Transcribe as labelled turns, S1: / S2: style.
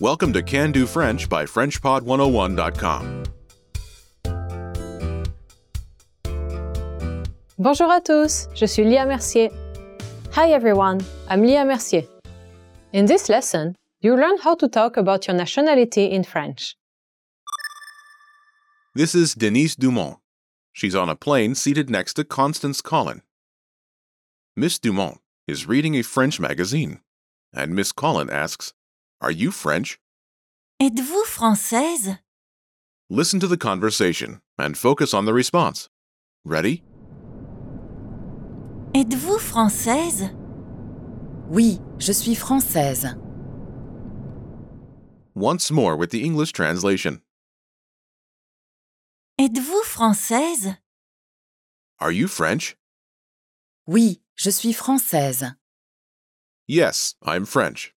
S1: Welcome to Can Do French oh by FrenchPod101.com.
S2: Bonjour à tous, je suis Lia Mercier. Hi everyone, I'm Lia Mercier. In this lesson, you learn how to talk about your nationality in French.
S1: This is Denise Dumont. She's on a plane seated next to Constance Collin. Miss Dumont is reading a French magazine, and Miss Collin asks, Are you French?
S3: Êtes-vous française
S1: Listen to the conversation and focus on the response. Ready?
S3: Êtes-vous française
S4: Oui, je suis française.
S1: Once more with the English translation.
S3: Êtes-vous française
S1: Are you French?
S4: Oui, je suis française.
S1: Yes, I'm French.